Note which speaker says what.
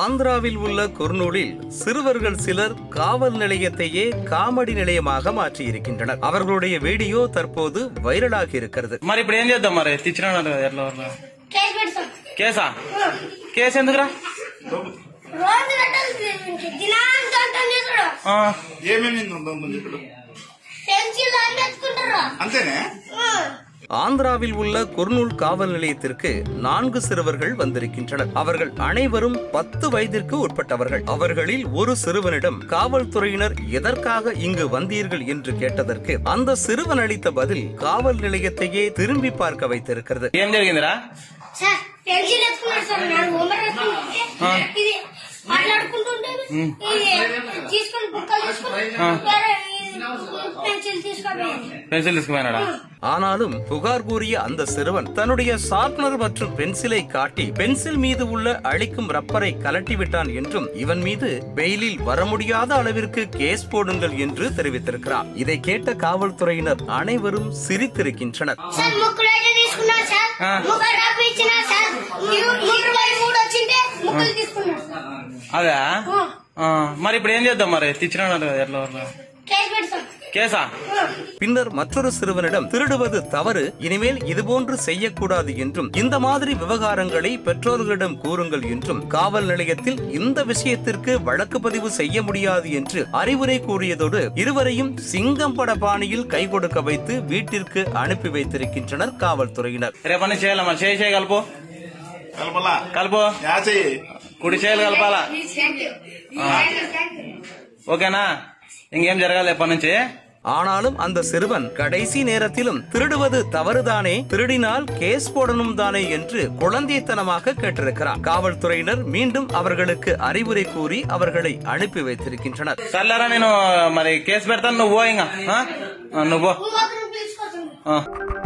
Speaker 1: ஆந்திராவில் உள்ள குர்னூலில் சிறுவர்கள் சிலர் காவல் நிலையத்தையே காமெடி நிலையமாக மாற்றியிருக்கின்றனர் அவர்களுடைய வீடியோ தற்போது வைரலாகி இருக்கிறது
Speaker 2: మరి ఇప్పుడు ఏం చేద్దాం మరి తెచ్చినాడు ఎట్లా వరలా?
Speaker 3: కేసు పెడతాం
Speaker 2: కేసా కేసు ఎందుకురా
Speaker 3: రోజు పెట్టాల్సింది దినానికి అంటాం చేసుడు
Speaker 2: ఆ,
Speaker 4: ఏమేమి ఉందో ఇప్పుడు
Speaker 3: పెన్సిల్ అని తెచ్చుకుంటారు
Speaker 4: అంతేనే
Speaker 1: ஆந்திராவில் உள்ள குர்னூல் காவல் நிலையத்திற்கு நான்கு சிறுவர்கள் வந்திருக்கின்றனர் அவர்கள் அனைவரும் பத்து வயதிற்கு உட்பட்டவர்கள் அவர்களில் ஒரு சிறுவனிடம் காவல்துறையினர் எதற்காக இங்கு வந்தீர்கள் என்று கேட்டதற்கு அந்த சிறுவன் அளித்த பதில் காவல் நிலையத்தையே திரும்பி பார்க்க வைத்திருக்கிறது
Speaker 2: ఏం జరిగిందిరా
Speaker 3: సార్ పెన్సిల్ ఎత్తుకున్నాడు సార్ నాలుగు ఉమ్మడి ఎత్తుకుంటే ఇది మాట్లాడుకుంటుంటే ఇది తీసుకొని బుక్కలు తీసుకొని వేరే ఈ పెన్సిల్ తీసుకోపోయింది
Speaker 2: పెన్సిల్ తీసుకుపోయినాడా
Speaker 1: ஆனாலும் புகார் கூறிய அந்த சிறுவன் தன்னுடைய ஷார்ப்னர் மற்றும் பென்சிலை காட்டி பென்சில் மீது உள்ள அழிக்கும் ரப்பரை கலட்டி விட்டான் என்றும் இவன் மீது பெயிலில் வர முடியாத அளவிற்கு கேஸ் போடுங்கள் என்று தெரிவித்திருக்கிறார் இதை கேட்ட காவல்துறையினர் அனைவரும் சிரித்திருக்கின்றனர்
Speaker 3: సార్ ముక్కులు అయితే తీసుకున్నాడు సార్ ముగ్గురు డబ్బు ఇచ్చినా సార్ ఇరు- ఇరవై మూడు వచ్చింటే ముక్కులు తీసుకున్నాడు సార్.
Speaker 2: అదా
Speaker 3: ఆ.
Speaker 2: ఆ, మరి ఇప్పుడు ఏం చేద్దాం మరి తెచ్చినాడు ఎట్లా వరలా?
Speaker 3: కేసు పెడతాం
Speaker 2: కేసా
Speaker 1: பின்னர் மற்றொரு சிறுவனிடம் திருடுவது தவறு இனிமேல் இதுபோன்று செய்யக்கூடாது என்றும் இந்த மாதிரி விவகாரங்களை பெற்றோர்களிடம் கூறுங்கள் என்றும் காவல் நிலையத்தில் இந்த விஷயத்திற்கு வழக்கு பதிவு செய்ய முடியாது என்று அறிவுரை கூறியதோடு இருவரையும் சிங்கம் பட பாணியில் கை கொடுக்க வைத்து வீட்டிற்கு அனுப்பி வைத்திருக்கின்றனர் காவல்துறையினர்
Speaker 2: రేపన్నీ చేయాలి మరి చేయి చేయి కలుపు
Speaker 4: కలపలా
Speaker 2: కలుపు
Speaker 4: యాచయ్యి
Speaker 2: కుడి చేయాలి కలపాలా ఓకేనా ఇంకేం జరగాలి ఎప్పటి నుంచి
Speaker 1: ஆனாலும் அந்த சிறுவன் கடைசி நேரத்திலும் திருடுவது தவறுதானே திருடினால் கேஸ் போடணும் தானே என்று குழந்தைத்தனமாக கேட்டிருக்கிறார் காவல்துறையினர் மீண்டும் அவர்களுக்கு அறிவுரை கூறி அவர்களை அனுப்பி வைத்திருக்கின்றனர்
Speaker 2: సర్లేరా నేను మరి కేసు పెడతాను నువ్వు పో ఇంకా ఆ? ఆ, నువ్వు పో.
Speaker 3: ఇంకొకరు పిలుచుకోవచ్చు
Speaker 2: ఆ.